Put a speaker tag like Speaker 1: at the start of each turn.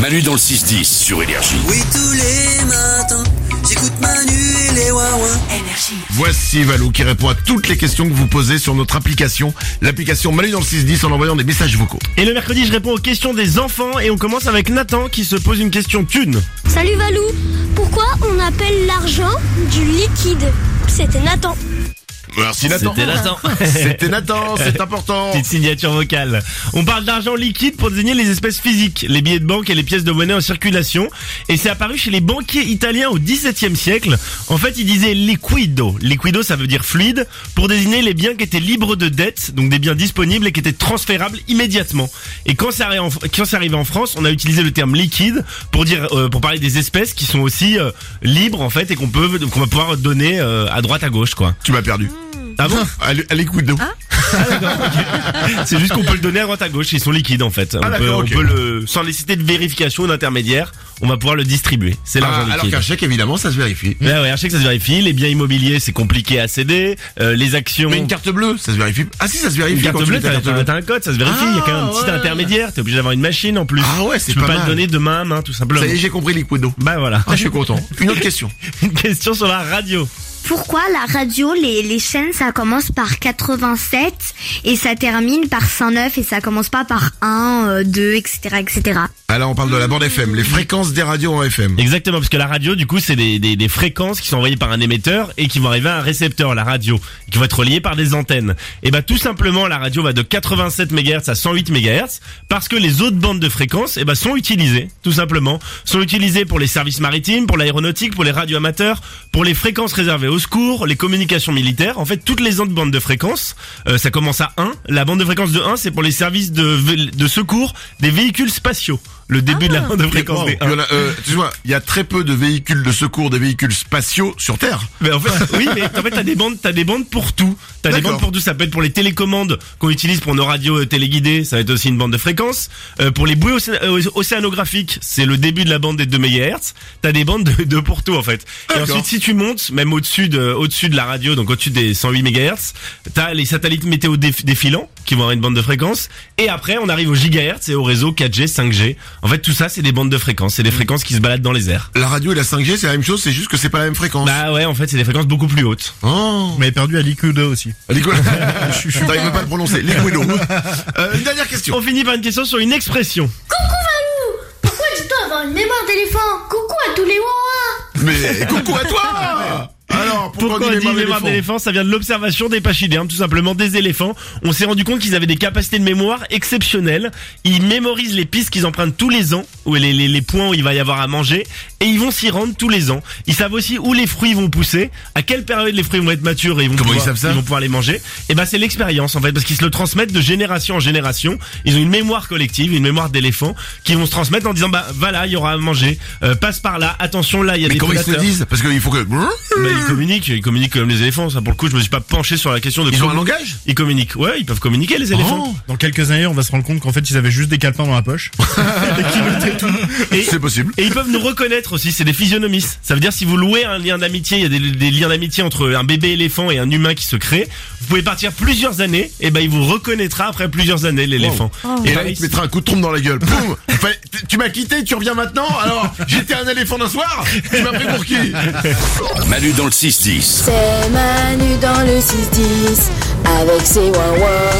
Speaker 1: Manu dans le 6-10 sur Énergie.
Speaker 2: Oui, tous les matins, j'écoute Manu et les Wawa.
Speaker 3: Voici Valou qui répond à toutes les questions que vous posez sur notre application, l'application Manu dans le 610 en envoyant des messages vocaux.
Speaker 4: Et le mercredi, je réponds aux questions des enfants et on commence avec Nathan qui se pose une question thune.
Speaker 5: Salut Valou, pourquoi on appelle l'argent du liquide C'était Nathan.
Speaker 3: Merci Nathan.
Speaker 6: C'était Nathan.
Speaker 3: C'était Nathan, c'est important.
Speaker 4: Petite signature vocale. On parle d'argent liquide pour désigner les espèces physiques, les billets de banque et les pièces de monnaie en circulation. Et c'est apparu chez les banquiers italiens au XVIIe siècle. En fait, ils disaient liquido. Liquido, ça veut dire fluide, pour désigner les biens qui étaient libres de dette, donc des biens disponibles et qui étaient transférables immédiatement. Et quand c'est arrivé en, quand c'est arrivé en France, on a utilisé le terme liquide pour dire, euh, pour parler des espèces qui sont aussi euh, libres en fait et qu'on peut, qu'on va pouvoir donner euh, à droite à gauche quoi.
Speaker 3: Tu m'as perdu.
Speaker 4: Ah bon
Speaker 3: Allez, allez écoute donc.
Speaker 6: Ah.
Speaker 4: C'est juste qu'on peut le donner à droite à gauche, ils sont liquides en fait. On, peut,
Speaker 3: Ah, d'accord,
Speaker 4: on
Speaker 3: ok.
Speaker 4: peut le sans nécessité de vérification ou d'intermédiaire, on va pouvoir le distribuer. C'est l'argent
Speaker 3: Ah, alors
Speaker 4: liquide.
Speaker 3: qu'un chèque, évidemment, ça se vérifie.
Speaker 4: Là, ouais, je sais que ça se vérifie. Les biens immobiliers, c'est compliqué à céder. Euh, les actions.
Speaker 3: Mais une carte bleue, ça se vérifie. Ah si, ça se vérifie.
Speaker 4: Une carte
Speaker 3: quand tu
Speaker 4: bleue,
Speaker 3: mets ta
Speaker 4: t'as
Speaker 3: carte bleue.
Speaker 4: t'as un code, ça se vérifie. Il y a quand même un petit intermédiaire. T'es obligé d'avoir une machine en plus.
Speaker 3: Ah ouais, c'est
Speaker 4: Tu peux
Speaker 3: pas
Speaker 4: pas
Speaker 3: mal.
Speaker 4: le donner de main à main, tout simplement.
Speaker 3: Ça y est, j'ai compris Liquido.
Speaker 4: Bah voilà.
Speaker 3: Ah, je suis content. Une autre question.
Speaker 4: Une question sur la radio.
Speaker 5: Pourquoi la radio, les, les chaînes, ça commence par 87 et ça termine par 109 et ça commence pas par 1, euh, 2, etc. etc.
Speaker 3: Alors, on parle de la bande FM, les fréquences des radios en FM.
Speaker 4: Exactement, parce que la radio, du coup, c'est des, des, des fréquences qui sont envoyées par un émetteur et qui vont arriver à un récepteur, la radio, qui vont être reliées par des antennes. Et bah tout simplement, la radio va de 87 MHz à 108 MHz parce que les autres bandes de fréquences, et bah, sont utilisées, tout simplement, sont utilisées pour les services maritimes, pour l'aéronautique, pour les radios amateurs, pour les fréquences réservées aux secours, les communications militaires. En fait, toutes les autres bandes de fréquences, euh, ça commence à 1. La bande de fréquence de 1, c'est pour les services de, vé- de secours des véhicules spatiaux. Le début de la bande de fréquence des 1.
Speaker 3: Il y en a, euh, excuse-moi, il y a très peu de véhicules de secours, des véhicules spatiaux sur Terre.
Speaker 4: Mais en fait, oui, mais en fait, t'as des bandes, t'as des bandes pour tout. T'as des
Speaker 3: D'accord.
Speaker 4: bandes pour tout. Ça peut être pour les télécommandes qu'on utilise pour nos radios euh, téléguidées. Ça va être aussi une bande de fréquence. Euh, pour les bouées océ- euh, océanographiques, c'est le début de la bande des 2 MHz. T'as des bandes de, de pour tout en fait. Et
Speaker 3: D'accord.
Speaker 4: ensuite, si tu montes, même au-dessus de, au-dessus de la radio, donc au-dessus des 108 MHz, t'as les satellites météo déf- défilants qui vont avoir une bande de fréquence. Et après, on arrive au gigahertz et au réseau 4G, 5G. En fait, tout ça, c'est des bandes de fréquences.
Speaker 3: Mm.
Speaker 4: C'est des fréquences qui se baladent dans les airs.
Speaker 3: La radio et la 5G, c'est la même chose, c'est juste que c'est pas la même fréquence.
Speaker 4: Bah ouais, en fait, c'est des fréquences beaucoup plus hautes.
Speaker 3: Oh.
Speaker 7: Vous m'avez perdu à l'IQ2 aussi.
Speaker 3: Liquido. Je n'arrive pas à le prononcer. Liquido. Euh, une dernière question.
Speaker 4: On finit par une question sur une expression.
Speaker 8: Pourquoi tu dois avoir une mémoire d'éléphant Coucou à tous les wawas
Speaker 7: Oh.
Speaker 3: Mais coucou à toi Alors, pourquoi,
Speaker 4: Pourquoi on dit mémoire
Speaker 3: d'éléphant
Speaker 4: d'éléphant Ça vient de l'observation des pachydermes, tout simplement des éléphants. On s'est rendu compte qu'ils avaient des capacités de mémoire exceptionnelles. Ils mémorisent les pistes qu'ils empruntent tous les ans, ou les, les, les points où il va y avoir à manger, et ils vont s'y rendre tous les ans. Ils savent aussi où les fruits vont pousser, à quelle période les fruits vont être matures et ils vont,
Speaker 3: Comment
Speaker 4: pouvoir,
Speaker 3: ils savent ça
Speaker 4: vont pouvoir les manger. Et ben c'est l'expérience en fait, parce qu'ils se le transmettent de génération en génération. Ils ont une mémoire collective, une mémoire d'éléphant, qui vont se transmettre en disant bah voilà, il y aura à manger, Euh, passe par là, attention là, il y a
Speaker 3: Mais
Speaker 4: des
Speaker 3: comment ils se le
Speaker 4: prédateurs.
Speaker 3: disent Parce qu'il faut que. Hein
Speaker 4: Bah, ils communiquent, ils communiquent comme les éléphants. Ça, pour le coup, je me suis pas penché sur la question de.
Speaker 3: Ils ont
Speaker 4: comment
Speaker 3: un langage
Speaker 4: Ils communiquent. Ouais, ils peuvent communiquer les éléphants.
Speaker 7: Dans quelques années, on va se rendre compte qu'en fait, ils avaient juste des calepins dans la poche.
Speaker 4: Et,
Speaker 3: Oh, C'est possible.
Speaker 4: et ils peuvent nous reconnaître aussi. C'est des physionomistes. Ça veut dire si vous louez un lien d'amitié, il y a des, des liens d'amitié entre un bébé éléphant et un humain qui se crée. Vous pouvez partir plusieurs années. Et ben, il vous reconnaîtra après plusieurs années l'éléphant.
Speaker 3: Oh.
Speaker 4: ben,
Speaker 3: Et là,
Speaker 4: pareil,
Speaker 3: il te mettra un coup de trompe dans la gueule. Poum Enfin, t- Tu m'as quitté, tu reviens maintenant Alors, j'étais un éléphant d'un soir Tu m'as pris pour qui
Speaker 1: Manu dans le 6-10.
Speaker 8: C'est Manu dans le 6-10 avec ses wawas.